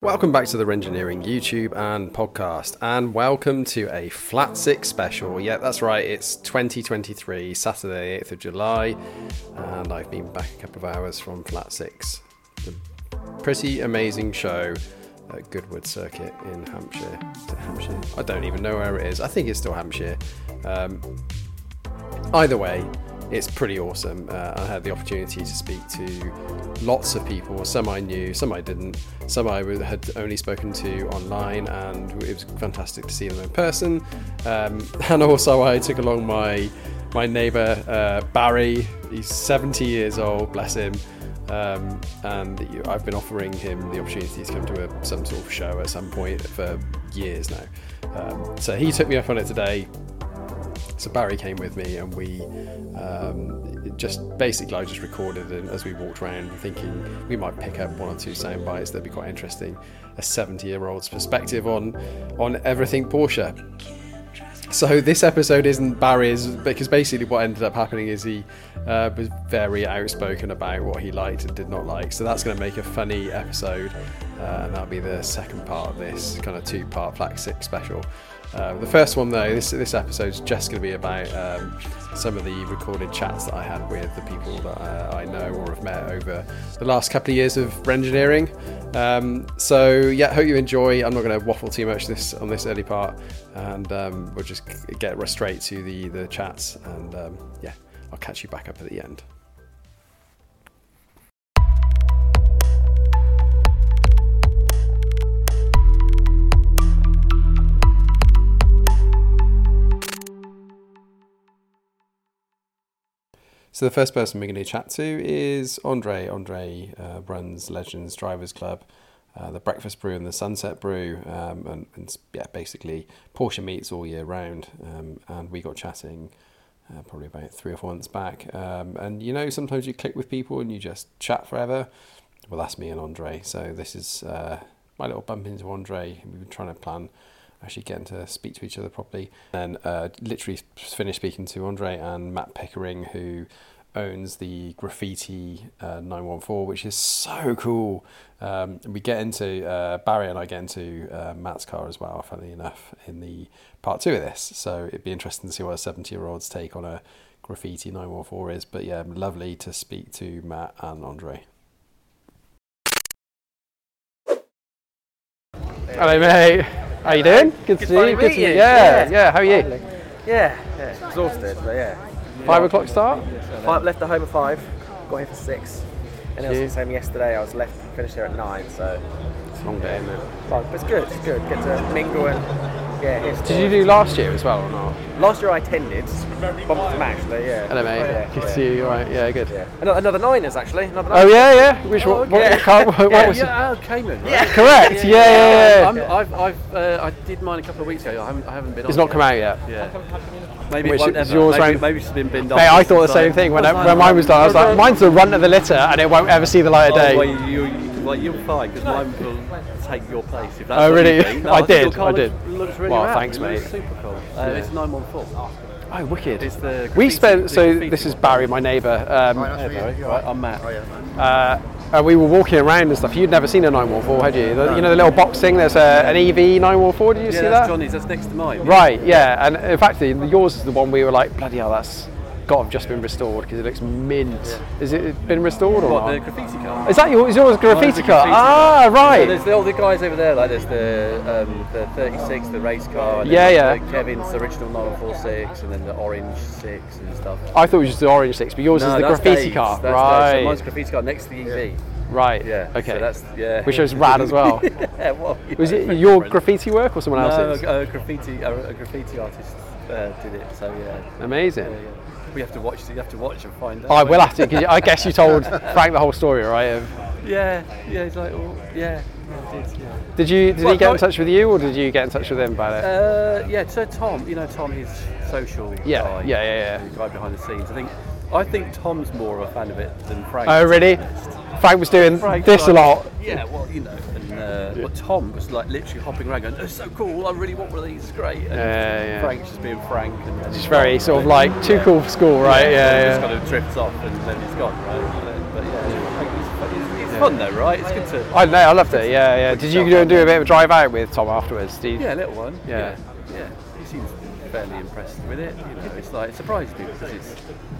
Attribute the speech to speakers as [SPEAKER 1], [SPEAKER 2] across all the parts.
[SPEAKER 1] Welcome back to the Engineering YouTube and podcast, and welcome to a Flat Six special. Yeah, that's right, it's 2023, Saturday, 8th of July, and I've been back a couple of hours from Flat Six. It's a pretty amazing show at Goodwood Circuit in Hampshire. Is it Hampshire? I don't even know where it is. I think it's still Hampshire. Um, either way, it's pretty awesome. Uh, I had the opportunity to speak to lots of people. Some I knew, some I didn't, some I w- had only spoken to online, and it was fantastic to see them in person. Um, and also, I took along my my neighbour uh, Barry. He's 70 years old, bless him. Um, and you- I've been offering him the opportunity to come to a, some sort of show at some point for years now. Um, so he took me up on it today. So Barry came with me, and we um, just basically I just recorded and as we walked around, thinking we might pick up one or two sound bites that'd be quite interesting. A 70-year-old's perspective on on everything Porsche. So this episode isn't Barry's because basically what ended up happening is he uh, was very outspoken about what he liked and did not like. So that's going to make a funny episode, uh, and that'll be the second part of this kind of two-part Flax Six special. Uh, the first one though, this this episode's just going to be about um, some of the recorded chats that I had with the people that uh, I know or have met over the last couple of years of engineering. Um, so yeah, hope you enjoy. I'm not going to waffle too much this on this early part, and um, we'll just get right straight to the the chats. And um, yeah, I'll catch you back up at the end. So the first person we're going to chat to is Andre. Andre uh, runs Legends Drivers Club, uh, the Breakfast Brew and the Sunset Brew, um, and, and s- yeah, basically Porsche meets all year round. Um, and we got chatting uh, probably about three or four months back. Um, and you know, sometimes you click with people and you just chat forever. Well, that's me and Andre. So this is uh, my little bump into Andre. We've been trying to plan actually getting to speak to each other properly. And uh, literally finished speaking to Andre and Matt Pickering, who owns the Graffiti uh, 914, which is so cool. Um, we get into uh, Barry and I get into uh, Matt's car as well, funnily enough, in the part two of this. So it'd be interesting to see what a 70 year old's take on a Graffiti 914 is. But yeah, lovely to speak to Matt and Andre. Hello, mate. How you doing? Good to see
[SPEAKER 2] finally
[SPEAKER 1] you. Good to
[SPEAKER 2] meet
[SPEAKER 1] see you.
[SPEAKER 2] you.
[SPEAKER 1] Yeah, yeah.
[SPEAKER 2] Yeah.
[SPEAKER 1] How are you?
[SPEAKER 2] Yeah, yeah, exhausted, but yeah.
[SPEAKER 1] Five o'clock start.
[SPEAKER 2] Five, left the home at five, got here for six, and it was
[SPEAKER 1] Yeah.
[SPEAKER 2] the same yesterday. I was left, finished here at nine, so.
[SPEAKER 1] It's a long day, isn't it?
[SPEAKER 2] But it's good, it's good. Get to mingle and yeah. It's
[SPEAKER 1] Did you do last year as well or not?
[SPEAKER 2] Last year I attended, bumped them actually, yeah.
[SPEAKER 1] Hello, mate.
[SPEAKER 2] Oh, yeah,
[SPEAKER 1] Good to
[SPEAKER 2] yeah.
[SPEAKER 1] see you. All right. Yeah, good.
[SPEAKER 2] Yeah. Ano- Another Niners actually. Another
[SPEAKER 1] Oh
[SPEAKER 2] Niners.
[SPEAKER 1] yeah, yeah. Which
[SPEAKER 2] Oh,
[SPEAKER 1] one?
[SPEAKER 2] okay.
[SPEAKER 1] What, car- what,
[SPEAKER 2] Yeah,
[SPEAKER 1] was it?
[SPEAKER 3] Yeah, oh, Cayman. Right?
[SPEAKER 2] Yeah.
[SPEAKER 1] Correct. Yeah, yeah, yeah.
[SPEAKER 3] I'm, I've, I've, uh, I did mine a couple of weeks ago. I haven't, I haven't been.
[SPEAKER 1] It's
[SPEAKER 3] on
[SPEAKER 1] not come out yet.
[SPEAKER 3] yet. Yeah. Maybe
[SPEAKER 1] Which
[SPEAKER 3] it won't
[SPEAKER 1] is
[SPEAKER 3] ever.
[SPEAKER 1] yours
[SPEAKER 3] maybe,
[SPEAKER 1] round-
[SPEAKER 3] maybe it's been binned
[SPEAKER 1] Mate, I thought the same thing when, I, when mine was done. I was like, mine's eh?" the runt of the litter, and it won't ever see the light of
[SPEAKER 3] Oh, well,
[SPEAKER 1] day.
[SPEAKER 3] you, you, well, you'll find because mine will take your place. If that's
[SPEAKER 1] Oh,
[SPEAKER 3] what
[SPEAKER 1] really?
[SPEAKER 3] You think.
[SPEAKER 1] I
[SPEAKER 3] think your
[SPEAKER 1] did,
[SPEAKER 3] car
[SPEAKER 1] I
[SPEAKER 3] looks-
[SPEAKER 1] did.
[SPEAKER 3] Looks really
[SPEAKER 1] Well,
[SPEAKER 3] rad.
[SPEAKER 1] thanks,
[SPEAKER 3] It looks
[SPEAKER 1] mate.
[SPEAKER 3] Super cool. Uh, It's 914.
[SPEAKER 1] Oh, wicked.
[SPEAKER 3] It's the
[SPEAKER 1] we
[SPEAKER 3] graffiti-
[SPEAKER 1] spent. So
[SPEAKER 3] graffiti
[SPEAKER 1] this is
[SPEAKER 3] one.
[SPEAKER 1] Barry, my neighbour. Um,
[SPEAKER 3] Hey, Barry. Right, I'm Matt.
[SPEAKER 1] uh, and we were walking around and stuff. You'd never seen a 914, had you? The, you know the little box thing. There's a, an E EV 914. Did you
[SPEAKER 3] Yeah,
[SPEAKER 1] see
[SPEAKER 3] that's
[SPEAKER 1] that?
[SPEAKER 3] Johnny's. That's next to mine.
[SPEAKER 1] Right, yeah, and in fact, the, yours is the one we were like, bloody hell, that's got to have just been restored because it looks mint. Is it been restored or
[SPEAKER 3] What the
[SPEAKER 1] not?
[SPEAKER 3] graffiti car?
[SPEAKER 1] Is that your, is yours a
[SPEAKER 3] Mine's
[SPEAKER 1] graffiti
[SPEAKER 3] a
[SPEAKER 1] car?
[SPEAKER 3] graffiti
[SPEAKER 1] Ah,
[SPEAKER 3] car. So
[SPEAKER 1] right.
[SPEAKER 3] there's the, all the guys over there, like there's the um, the 36, the race car. And then
[SPEAKER 1] Yeah,
[SPEAKER 3] like
[SPEAKER 1] yeah.
[SPEAKER 3] The Kevin's original 946, and then the orange six and stuff.
[SPEAKER 1] I thought it was just the orange six, but yours is
[SPEAKER 3] No,
[SPEAKER 1] the
[SPEAKER 3] that's
[SPEAKER 1] graffiti
[SPEAKER 3] Dave's,
[SPEAKER 1] car.
[SPEAKER 3] that's Dave's.
[SPEAKER 1] right.
[SPEAKER 3] So mine's graffiti car next to the EV.
[SPEAKER 1] right.
[SPEAKER 3] Yeah.
[SPEAKER 1] Okay.
[SPEAKER 3] So that's yeah.
[SPEAKER 1] Which is rad as well.
[SPEAKER 3] yeah. Well. you
[SPEAKER 1] Was
[SPEAKER 3] know.
[SPEAKER 1] it your graffiti work or someone
[SPEAKER 3] No,
[SPEAKER 1] else's?
[SPEAKER 3] a, a graffiti a, a graffiti artist uh, did it. So yeah.
[SPEAKER 1] Amazing.
[SPEAKER 3] yeah, yeah. We have to watch. You have to watch and find out.
[SPEAKER 1] I will have to. 'cause I guess you told Frank the whole story, right? of-
[SPEAKER 3] Yeah. Yeah. It's like oh, yeah. yeah, I did, yeah.
[SPEAKER 1] Did you? Did
[SPEAKER 3] Well,
[SPEAKER 1] he get in
[SPEAKER 3] no-
[SPEAKER 1] touch with you, or did you get in touch with him about it?
[SPEAKER 3] Uh, yeah, so Tom, you know Tom, his social
[SPEAKER 1] Yeah,
[SPEAKER 3] guy,
[SPEAKER 1] yeah, yeah, yeah.
[SPEAKER 3] the guy behind the scenes. I think I think Tom's more of a fan of it than Frank.
[SPEAKER 1] Oh,
[SPEAKER 3] to be
[SPEAKER 1] really?
[SPEAKER 3] honest.
[SPEAKER 1] Frank was doing
[SPEAKER 3] Frank's
[SPEAKER 1] this a
[SPEAKER 3] like-
[SPEAKER 1] lot.
[SPEAKER 3] Yeah, well, you know, and uh, but Tom was like literally hopping around, going, "It's so cool! I really want one of these. It's great." And
[SPEAKER 1] Yeah, yeah.
[SPEAKER 3] Frank's just being Frank, and then
[SPEAKER 1] It's very sort of like too cool for school, right? Yeah,
[SPEAKER 3] he
[SPEAKER 1] yeah.
[SPEAKER 3] Just kind of drifts off, and then he's gone, right? But yeah, I think he's, but he's, he's
[SPEAKER 4] yeah.
[SPEAKER 3] fun though, right? It's good to.
[SPEAKER 1] I know, I loved it. Yeah, yeah. Did you
[SPEAKER 3] stuff,
[SPEAKER 1] go and
[SPEAKER 3] wasn't
[SPEAKER 1] do a bit of a drive out with Tom afterwards? Did you,
[SPEAKER 3] Yeah, a little one.
[SPEAKER 1] Yeah.
[SPEAKER 3] yeah. Yeah. He seems fairly impressed with it. You know, it's like it surprised me because it's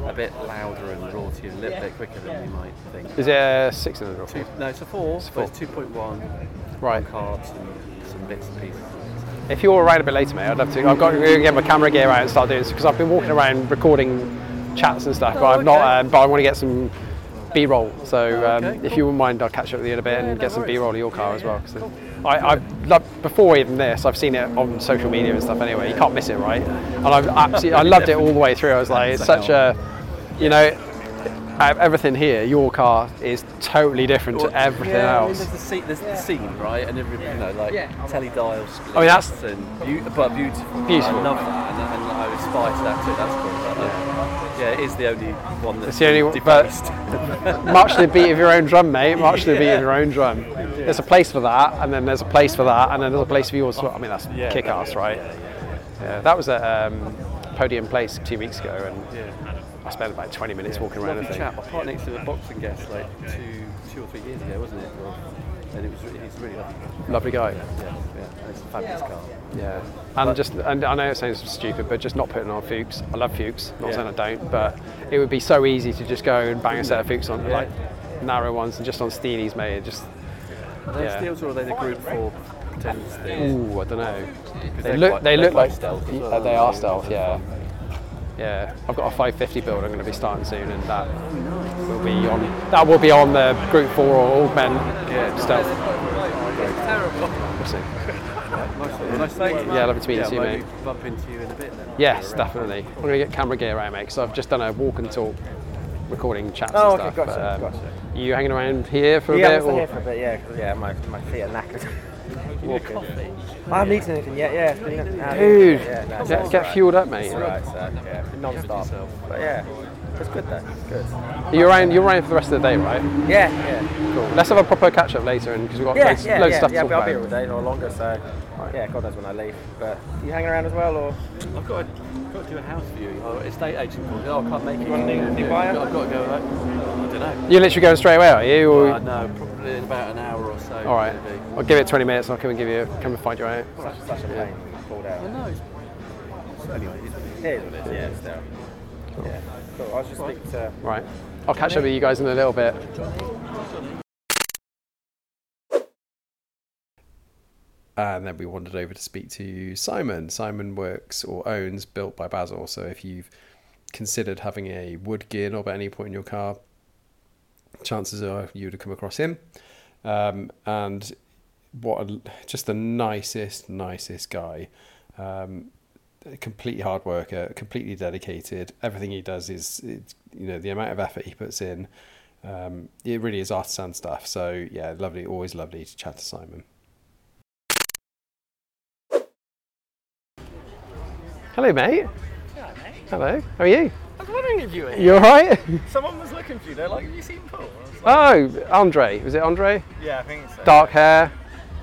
[SPEAKER 3] a bit louder and rorty and a little bit quicker than you might think.
[SPEAKER 1] Is it a six in the
[SPEAKER 3] Two, no, it's a four. It's,
[SPEAKER 1] four.
[SPEAKER 3] it's 2.1
[SPEAKER 1] Right.
[SPEAKER 3] cards and some bits and pieces.
[SPEAKER 1] If you're all right a bit later, mate, I'd love to. I've got to go get my camera gear out and start doing this because I've been walking around recording chats and stuff, but
[SPEAKER 3] Oh,
[SPEAKER 1] I've
[SPEAKER 3] okay.
[SPEAKER 1] not. Um, but I want to get some B-roll. So um,
[SPEAKER 3] okay,
[SPEAKER 1] if
[SPEAKER 3] cool.
[SPEAKER 1] you wouldn't mind, I'll catch up with you in a bit and
[SPEAKER 3] no
[SPEAKER 1] get some
[SPEAKER 3] worries.
[SPEAKER 1] B-roll of your car as well. 'cause
[SPEAKER 3] Cool.
[SPEAKER 1] I, I've loved, before even this, I've seen it on social media and stuff. Anyway, you can't miss it, right? And I've absolutely, I loved it all the way through. I was like, it's such a, you know, out of everything here, your car is totally different
[SPEAKER 3] Well,
[SPEAKER 1] to everything
[SPEAKER 3] yeah, I mean,
[SPEAKER 1] else.
[SPEAKER 3] there's the scene, there's the scene, right? And every, you know, like
[SPEAKER 5] Yeah.
[SPEAKER 3] telly dial splits.
[SPEAKER 1] I mean, that's-
[SPEAKER 3] and beau- but beautiful.
[SPEAKER 1] Beautiful.
[SPEAKER 3] I love that, and, and I aspire to that too. That's cool. But, uh, yeah, it is the only one that's
[SPEAKER 1] It's the only one- but-
[SPEAKER 3] depressed.
[SPEAKER 1] March uh, to the beat of your own drum, mate. March to the beat
[SPEAKER 3] Yeah.
[SPEAKER 1] of your own drum. There's a place for that, and then there's a place for that, and then there's a place for yours. as well. I mean, that's
[SPEAKER 3] Yeah,
[SPEAKER 1] kick ass, right? Yeah, that was at um, Podium Place two weeks ago, and I spent about 20 minutes walking around. I
[SPEAKER 3] Lovely
[SPEAKER 1] think.
[SPEAKER 3] chap. I parked next to a boxing guest like two, two or three years ago, wasn't it? Or- And it was re- he's really lovely.
[SPEAKER 1] Lovely guy.
[SPEAKER 3] Yeah, yeah. And it's a fabulous car.
[SPEAKER 1] Yeah. And just, and I know it sounds stupid, but just not putting on Fuchs. I love Fuchs. Not
[SPEAKER 3] Yeah.
[SPEAKER 1] saying I don't, but it would be so easy to just go and bang a set of Fuchs on
[SPEAKER 3] Yeah.
[SPEAKER 1] like narrow ones and just on Steelies, mate. and Just
[SPEAKER 3] Are they
[SPEAKER 1] Yeah.
[SPEAKER 3] steels or are they the Group Four pretend steels?
[SPEAKER 1] Ooh, I don't know. They
[SPEAKER 3] they're
[SPEAKER 1] look,
[SPEAKER 3] quite-
[SPEAKER 1] they
[SPEAKER 3] they're
[SPEAKER 1] look
[SPEAKER 3] quite
[SPEAKER 1] like
[SPEAKER 3] stealth as
[SPEAKER 1] y-
[SPEAKER 3] well,
[SPEAKER 1] they
[SPEAKER 3] aren't
[SPEAKER 1] are
[SPEAKER 3] they?
[SPEAKER 1] stealth. Yeah, yeah. I've got a 550 build. I'm going to be starting soon, and that will be on. That will be on the Group Four or Augment yeah, stealth. We'll see.
[SPEAKER 3] Nice, one. nice thank you.
[SPEAKER 1] Yeah, lovely to meet you,
[SPEAKER 3] I
[SPEAKER 1] mate.
[SPEAKER 3] might Bump into you in a bit then.
[SPEAKER 1] Yes,
[SPEAKER 3] Around.
[SPEAKER 1] definitely. I'm going to get camera gear out, mate, because I've just done a walk and talk, recording chats
[SPEAKER 5] Oh,
[SPEAKER 1] and
[SPEAKER 5] okay,
[SPEAKER 1] stuff.
[SPEAKER 5] gotcha, gotcha.
[SPEAKER 1] Are you hanging around here for a
[SPEAKER 5] yeah, I'm
[SPEAKER 1] bit?
[SPEAKER 5] still
[SPEAKER 1] or-
[SPEAKER 5] here for a bit, yeah, 'cause, yeah, my, my feet are knackered. Walking. I haven't eaten anything yet, yeah. It's been an hour.
[SPEAKER 1] Dude,
[SPEAKER 5] yeah, no, it's
[SPEAKER 1] get,
[SPEAKER 5] all
[SPEAKER 1] get
[SPEAKER 5] right.
[SPEAKER 1] fueled up, mate.
[SPEAKER 5] It's all right, so, yeah, non-stop. But yeah, it's good though, it's good.
[SPEAKER 1] You're around. You're around for the rest of the day, right?
[SPEAKER 5] Yeah, yeah.
[SPEAKER 1] Cool. Let's have a proper catch up later, and because we've got
[SPEAKER 5] Yeah,
[SPEAKER 1] loads,
[SPEAKER 5] yeah,
[SPEAKER 1] loads of
[SPEAKER 5] yeah,
[SPEAKER 1] stuff
[SPEAKER 5] yeah,
[SPEAKER 1] to
[SPEAKER 5] but
[SPEAKER 1] talk
[SPEAKER 5] I'll be here
[SPEAKER 1] about.
[SPEAKER 5] all day or longer, so yeah, God knows when I leave. But you hanging around as well, or
[SPEAKER 3] I've got to, got to do a house viewing. Oh, estate agent called. Oh, I can't make it.
[SPEAKER 5] wanna do- do
[SPEAKER 3] Yeah,
[SPEAKER 5] buyer?
[SPEAKER 3] I've got to go. Like, I don't know.
[SPEAKER 1] You're literally going straight away, are you? Or...
[SPEAKER 3] Uh, no, probably in about an hour or so.
[SPEAKER 1] All right.
[SPEAKER 3] maybe.
[SPEAKER 1] I'll give it 20 minutes. and I'll come and give you, come and find you out.
[SPEAKER 5] such, such a pain? Pulled out.
[SPEAKER 3] No, it's, anyway, it's
[SPEAKER 5] It is what it is. Yeah, it's there. Yeah, cool. I was just speaking to.
[SPEAKER 1] Right. I'll catch up with you guys in a little bit.
[SPEAKER 4] And then we wandered over to speak to Simon. Simon works or owns Built by Basil. So if you've considered having a wood gear knob at any point in your car, chances are you would have come across him. Um, and what a, just the nicest, nicest guy. Um, a complete hard worker, completely dedicated. Everything he does is, it's, you know, the amount of effort he puts in. Um, it really is artisan stuff. So yeah, lovely, always lovely to chat to Simon.
[SPEAKER 1] Hello, mate. Hello. How are you?
[SPEAKER 5] I was wondering if you were
[SPEAKER 1] You all right?
[SPEAKER 5] Someone was looking for you. They're like, "Have you seen Paul?"
[SPEAKER 1] Oh, Andre. Was it Andre?
[SPEAKER 5] Yeah, I think so.
[SPEAKER 1] Dark hair,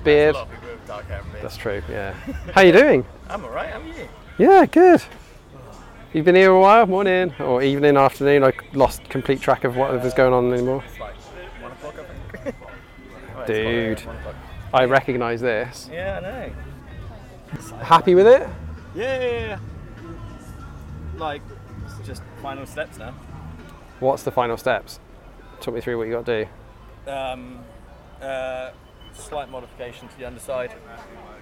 [SPEAKER 1] beard.
[SPEAKER 5] people with dark hair.
[SPEAKER 1] That's true. Yeah. How you doing?
[SPEAKER 5] I'm alright. How are you?
[SPEAKER 1] Yeah, good. You've been here a while, morning or evening, afternoon. I lost complete track of what was going on anymore.
[SPEAKER 5] Oh, It's like one o'clock, I think.
[SPEAKER 1] Dude. I recognise this.
[SPEAKER 5] Yeah, I know.
[SPEAKER 1] Happy with it?
[SPEAKER 6] Yeah, yeah, yeah. Like, it's just final steps now.
[SPEAKER 1] What's the final steps? Talk me through what you got to do.
[SPEAKER 6] Um, uh, slight modification to the underside.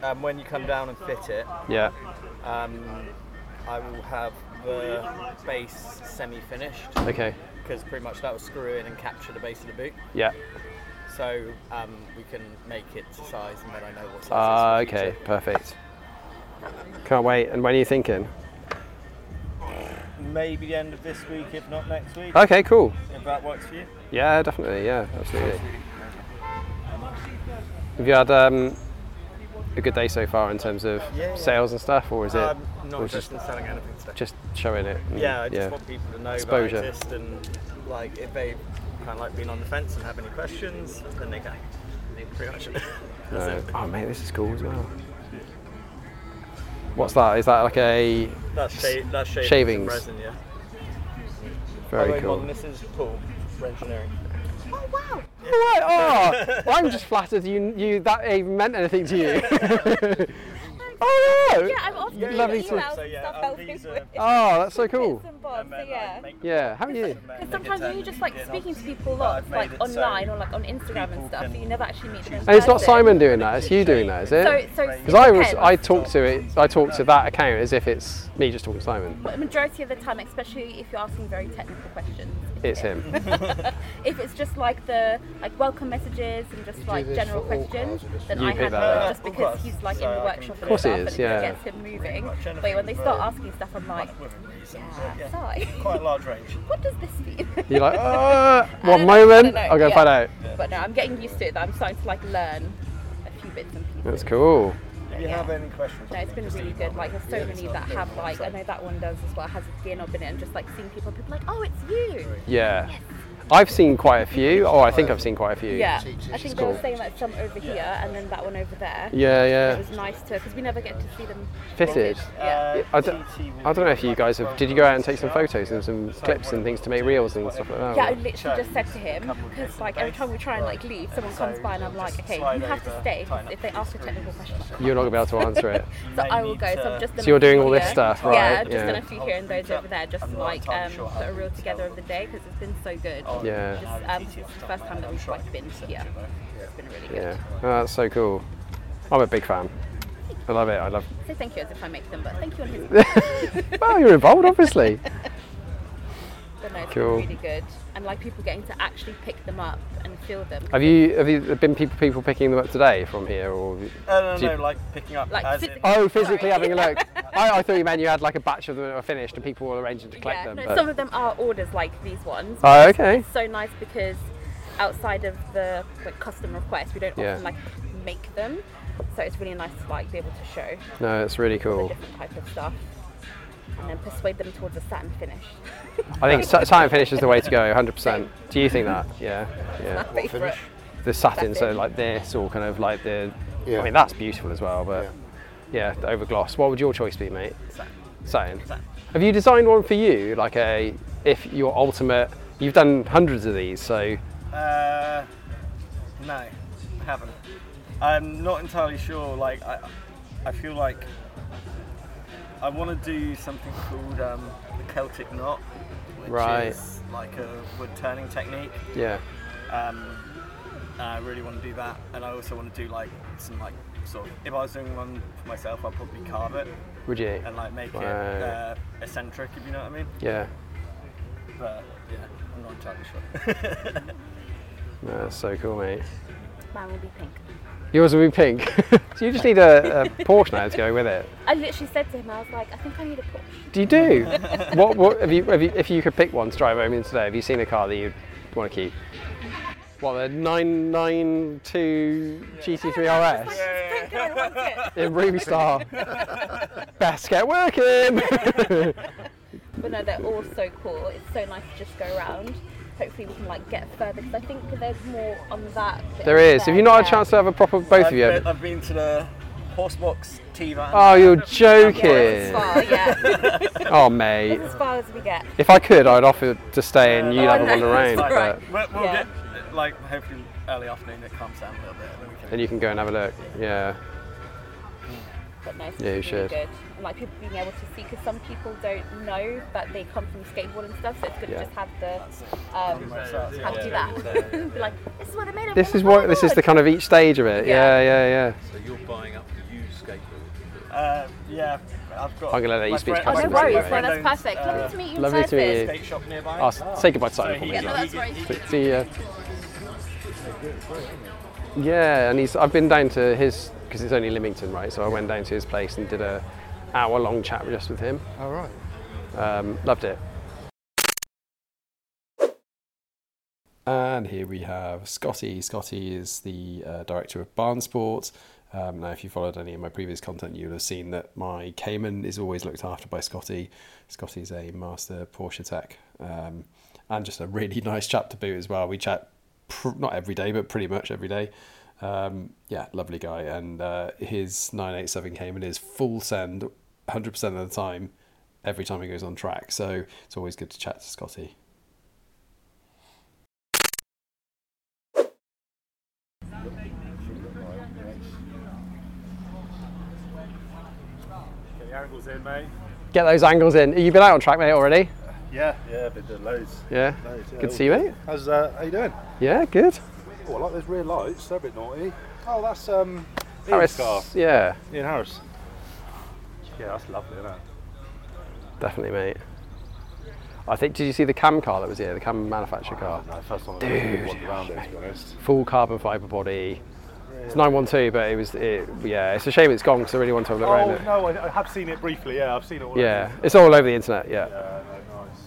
[SPEAKER 6] Um, when you come down and fit it,
[SPEAKER 1] Yeah.
[SPEAKER 6] um, I will have the base semi-finished
[SPEAKER 1] Okay.
[SPEAKER 6] because pretty much that will screw in and capture the base of the boot.
[SPEAKER 1] Yeah.
[SPEAKER 6] So um, we can make it to size, and then I know what size.
[SPEAKER 1] Ah,
[SPEAKER 6] it is for the
[SPEAKER 1] okay,
[SPEAKER 6] future.
[SPEAKER 1] perfect. Can't wait. And when are you thinking?
[SPEAKER 6] Maybe the end of this week, if not next week,
[SPEAKER 1] Okay, cool.
[SPEAKER 6] if that works for you.
[SPEAKER 1] Yeah, definitely. Yeah, absolutely. Have you had um, a good day so far in terms of
[SPEAKER 6] Yeah.
[SPEAKER 1] sales and stuff, or is it
[SPEAKER 6] Um, not
[SPEAKER 1] or just
[SPEAKER 6] interested in selling anything today.
[SPEAKER 1] just showing it? and-
[SPEAKER 6] Yeah, I just want people to know
[SPEAKER 1] Exposure.
[SPEAKER 6] that I exist and like if they kind of like been on the fence and have any questions, then they can. Pretty much. That's
[SPEAKER 1] No.
[SPEAKER 6] it.
[SPEAKER 1] Oh mate, this is cool as well. What's that? Is that like a
[SPEAKER 6] That's, sha- that's shavings.
[SPEAKER 1] Shavings.
[SPEAKER 6] And resin, yeah. By the
[SPEAKER 1] very
[SPEAKER 6] way,
[SPEAKER 1] cool?
[SPEAKER 6] Modern, this is Paul for engineering.
[SPEAKER 5] What? Oh, well, I'm just flattered you, you that even meant anything to you. oh, no.
[SPEAKER 7] Yeah, I'm often getting
[SPEAKER 5] Lovely
[SPEAKER 7] emails
[SPEAKER 5] to- um,
[SPEAKER 7] and
[SPEAKER 6] So, yeah,
[SPEAKER 7] stuff
[SPEAKER 6] I'm
[SPEAKER 7] helping
[SPEAKER 6] these,
[SPEAKER 7] with
[SPEAKER 6] uh,
[SPEAKER 5] Oh, that's so cool.
[SPEAKER 7] bits and bobs, so yeah.
[SPEAKER 5] Yeah, how are you?
[SPEAKER 7] Because sometimes you just like speaking to people lots,
[SPEAKER 6] I've made
[SPEAKER 7] like
[SPEAKER 6] it so
[SPEAKER 7] online or like on Instagram and
[SPEAKER 6] people
[SPEAKER 7] stuff,
[SPEAKER 6] can
[SPEAKER 7] but you never actually meet them. in
[SPEAKER 5] And it's not
[SPEAKER 7] person.
[SPEAKER 5] Simon doing that, it's you doing that, is
[SPEAKER 7] So,
[SPEAKER 5] it?
[SPEAKER 7] so
[SPEAKER 5] Because I was,
[SPEAKER 7] depends.
[SPEAKER 5] I talk to it, I talk to that account as if it's me just talking to Simon.
[SPEAKER 7] But the majority of the time, especially if you're asking very technical questions,
[SPEAKER 5] It's him.
[SPEAKER 7] if it's just like the like welcome messages and just like general questions, then
[SPEAKER 5] You
[SPEAKER 7] I
[SPEAKER 5] pick
[SPEAKER 7] have
[SPEAKER 5] that
[SPEAKER 7] him
[SPEAKER 5] up.
[SPEAKER 7] just because he's like in the workshop. Of
[SPEAKER 5] course he
[SPEAKER 7] and
[SPEAKER 5] is,
[SPEAKER 7] stuff,
[SPEAKER 5] yeah.
[SPEAKER 7] And it gets him moving. But when they start asking stuff, I'm like, yeah, sorry.
[SPEAKER 6] Quite a large range.
[SPEAKER 7] What does this mean?
[SPEAKER 5] You're like, uh, one
[SPEAKER 7] don't know, I don't
[SPEAKER 5] moment,
[SPEAKER 7] know,
[SPEAKER 5] I'll go
[SPEAKER 7] yeah.
[SPEAKER 5] find out.
[SPEAKER 7] But no, I'm getting used to it. I'm starting to like learn a few bits and pieces.
[SPEAKER 5] That's cool.
[SPEAKER 6] If you have any questions,
[SPEAKER 7] No, it's been really good. Like, there's so many that have like, I know that one does as well. Has a DNO in it, and just like seeing people, people like, oh, it's you.
[SPEAKER 5] Yeah. I've seen quite a few. Oh, I think I've seen quite a few.
[SPEAKER 7] Yeah. I think they
[SPEAKER 5] cool.
[SPEAKER 7] were saying like some over here and then that one over there.
[SPEAKER 5] Yeah,
[SPEAKER 7] It
[SPEAKER 5] yeah.
[SPEAKER 7] was nice to because we never get to see them
[SPEAKER 5] Fitted.
[SPEAKER 7] Yeah.
[SPEAKER 6] Uh,
[SPEAKER 5] I don't, I don't know if you guys have. Did you go out and take some photos and some clips and things to make reels and stuff like that?
[SPEAKER 7] Yeah, I literally just said to him because like every time we try and like leave, someone comes by and I'm like, okay, you have to stay 'cause if they ask a technical question.
[SPEAKER 5] You're not gonna be able to answer it.
[SPEAKER 7] So I will go. So I'm just. done
[SPEAKER 5] So you're
[SPEAKER 7] a few
[SPEAKER 5] doing all this
[SPEAKER 7] here.
[SPEAKER 5] stuff,
[SPEAKER 7] Yeah,
[SPEAKER 5] right,
[SPEAKER 7] I've just
[SPEAKER 5] yeah.
[SPEAKER 7] done a few here and those over there, just to, like um, put a reel together of the day because it's been so good.
[SPEAKER 5] Yeah.
[SPEAKER 7] Just, um, it's the first time that we've like been here. It's been really good.
[SPEAKER 5] Yeah. Oh, that's so cool. I'm a big fan. I love it. I love.
[SPEAKER 7] So thank you as if I make them, but thank you on his.
[SPEAKER 5] Well, you're involved, obviously.
[SPEAKER 7] But no, it's
[SPEAKER 5] Cool.
[SPEAKER 7] been really good. And like people getting to actually pick them up and feel them.
[SPEAKER 5] Have you have you there been people people picking them up today from here or? have you-
[SPEAKER 6] Uh,
[SPEAKER 5] do
[SPEAKER 6] no,
[SPEAKER 5] you-
[SPEAKER 6] no, like picking up
[SPEAKER 7] Like
[SPEAKER 6] as
[SPEAKER 7] phys-
[SPEAKER 6] in
[SPEAKER 5] Oh, physically
[SPEAKER 7] Sorry.
[SPEAKER 5] having a look. I, I thought you meant you had like a batch of them that were finished and people were arranging to collect
[SPEAKER 7] yeah,
[SPEAKER 5] them.
[SPEAKER 7] no,
[SPEAKER 5] but-
[SPEAKER 7] some of them are orders like these ones.
[SPEAKER 5] Oh,
[SPEAKER 7] which is-
[SPEAKER 5] okay.
[SPEAKER 7] It's so nice because outside of the like, custom request, we don't
[SPEAKER 5] Yeah.
[SPEAKER 7] often like make them. So it's really nice to like be able to show
[SPEAKER 5] No, it's really
[SPEAKER 7] the
[SPEAKER 5] cool.
[SPEAKER 7] different type of stuff and then persuade them towards a satin finish.
[SPEAKER 5] I think sa- satin finish is the way to go, 100%. Do you think that? Yeah, yeah.
[SPEAKER 7] What finish?
[SPEAKER 5] The satin, so
[SPEAKER 7] Satin.
[SPEAKER 5] like this, or kind of like the. I mean, that's beautiful as well, but yeah, the overgloss. What would your choice be, mate? Satin. Have you designed one for you, like a if your ultimate? You've done hundreds of these, so
[SPEAKER 6] Uh, no, I haven't. I'm not entirely sure. Like, I, I feel like I want to do something called um, the Celtic knot, which
[SPEAKER 5] Right.
[SPEAKER 6] is like a wood turning technique.
[SPEAKER 5] yeah,
[SPEAKER 6] Um, and I really want to do that, and I also want to do like some like sort of. If I was doing one for myself, I'd probably carve it
[SPEAKER 5] would you?
[SPEAKER 6] and like make
[SPEAKER 5] Right.
[SPEAKER 6] it uh, eccentric, if you know what I mean.
[SPEAKER 5] Yeah,
[SPEAKER 6] But yeah, I'm not entirely sure.
[SPEAKER 5] No, that's so cool, mate.
[SPEAKER 7] Mine will be pink.
[SPEAKER 5] Yours will be pink. so you just need a, a Porsche now to go with it.
[SPEAKER 7] I literally said to him, I was like, I think I need a Porsche.
[SPEAKER 5] Do you do? what what have you, have you if you could pick one to drive home in today? Have you seen a car that you would want to keep? What the nine nine two GT3 RS
[SPEAKER 7] Pink and I want it.
[SPEAKER 5] in Ruby Star? Best get working.
[SPEAKER 7] But no, they're all so cool. It's so nice to just go around. Hopefully, we can like get further because I think there's more on that. bit
[SPEAKER 5] there is. Have you not had
[SPEAKER 7] there.
[SPEAKER 5] a chance to have a proper both of
[SPEAKER 6] I've
[SPEAKER 5] you?
[SPEAKER 6] Been, I've been to the horse box T van.
[SPEAKER 5] Oh, you're
[SPEAKER 7] Yeah, it's
[SPEAKER 5] joking.
[SPEAKER 7] far, yeah.
[SPEAKER 5] Oh, mate.
[SPEAKER 7] as far as we get.
[SPEAKER 5] If I could, I'd offer to stay and you'd
[SPEAKER 7] Oh,
[SPEAKER 5] have a
[SPEAKER 7] no,
[SPEAKER 5] wander around.
[SPEAKER 7] it's
[SPEAKER 5] But,
[SPEAKER 7] alright.
[SPEAKER 6] We'll, we'll
[SPEAKER 7] Yeah.
[SPEAKER 6] get like hopefully early afternoon it calms down a little bit. Then we can
[SPEAKER 5] and you can go and have a look. Yeah.
[SPEAKER 7] But no, it's
[SPEAKER 5] Yeah, you
[SPEAKER 7] really
[SPEAKER 5] should.
[SPEAKER 7] good. And like people being able to see because some people don't know that they come from skateboard and stuff, so it's good
[SPEAKER 5] Yeah.
[SPEAKER 7] to just have the um, how to do that. Be like, this is what I made. of
[SPEAKER 5] This
[SPEAKER 7] my
[SPEAKER 5] is what. This is the
[SPEAKER 7] board."
[SPEAKER 5] kind of each stage of it. Yeah,
[SPEAKER 7] Oh, Yeah.
[SPEAKER 5] yeah, yeah.
[SPEAKER 8] So you're buying up the used skateboard.
[SPEAKER 6] Uh, yeah, I've got.
[SPEAKER 5] I'm gonna let you
[SPEAKER 6] my
[SPEAKER 5] speak to
[SPEAKER 6] friend-
[SPEAKER 7] Oh no
[SPEAKER 5] customers
[SPEAKER 6] my
[SPEAKER 5] anyway.
[SPEAKER 7] worries,
[SPEAKER 6] friend
[SPEAKER 7] no,
[SPEAKER 5] Right.
[SPEAKER 7] that's
[SPEAKER 6] owns,
[SPEAKER 7] perfect.
[SPEAKER 6] uh,
[SPEAKER 7] Lovely to meet you. in
[SPEAKER 5] Lovely to meet
[SPEAKER 7] person.
[SPEAKER 5] you.
[SPEAKER 6] skate shop nearby.
[SPEAKER 5] Oh,
[SPEAKER 9] Ah.
[SPEAKER 5] say goodbye to Simon for me.
[SPEAKER 7] Yeah, no, that's right.
[SPEAKER 5] See ya. Yeah, and he's. I've been down to his because it's only Lymington, right? So I went down to his place and did a hour-long chat just uh, with him. All right. Um, loved it.
[SPEAKER 1] And here we have Scotty. Scotty is the uh, director of Barnsport. Um, now, if you followed any of my previous content, you'll have seen that my Cayman is always looked after by Scotty. Scotty's a master Porsche tech um, and just a really nice chap to boot as well. We chat pr- not every day, but pretty much every day. Um, yeah, lovely guy. And uh, his 987 Cayman is full send 100% of the time, every time he goes on track. So it's always good to chat to Scotty.
[SPEAKER 9] the angles in, mate.
[SPEAKER 5] Get those angles in. You've been out on track, mate, already.
[SPEAKER 9] Yeah, yeah, been doing loads.
[SPEAKER 5] Yeah.
[SPEAKER 9] Loads, yeah.
[SPEAKER 5] Good to see you, mate.
[SPEAKER 9] How's uh, how you doing?
[SPEAKER 5] Yeah, good.
[SPEAKER 9] Oh, I like those rear lights. They're a bit naughty. Oh, that's um, Ian's
[SPEAKER 5] Harris.
[SPEAKER 9] car.
[SPEAKER 5] Yeah,
[SPEAKER 9] Ian Harris. Yeah, that's lovely, isn't it?
[SPEAKER 5] definitely, mate. I think. Did you see the cam car that was here? The cam manufacturer car.
[SPEAKER 9] No, first time I've ever wandered around it, to be honest.
[SPEAKER 5] Full carbon fibre body. It's 912, but it was. It, yeah, it's a shame it's gone because I really want to have a look around
[SPEAKER 9] Oh
[SPEAKER 5] it.
[SPEAKER 9] no, I, I have seen it briefly. Yeah, I've seen it all.
[SPEAKER 5] Yeah,
[SPEAKER 9] Over.
[SPEAKER 5] it's all over the internet. Yeah.
[SPEAKER 9] Yeah, no, nice.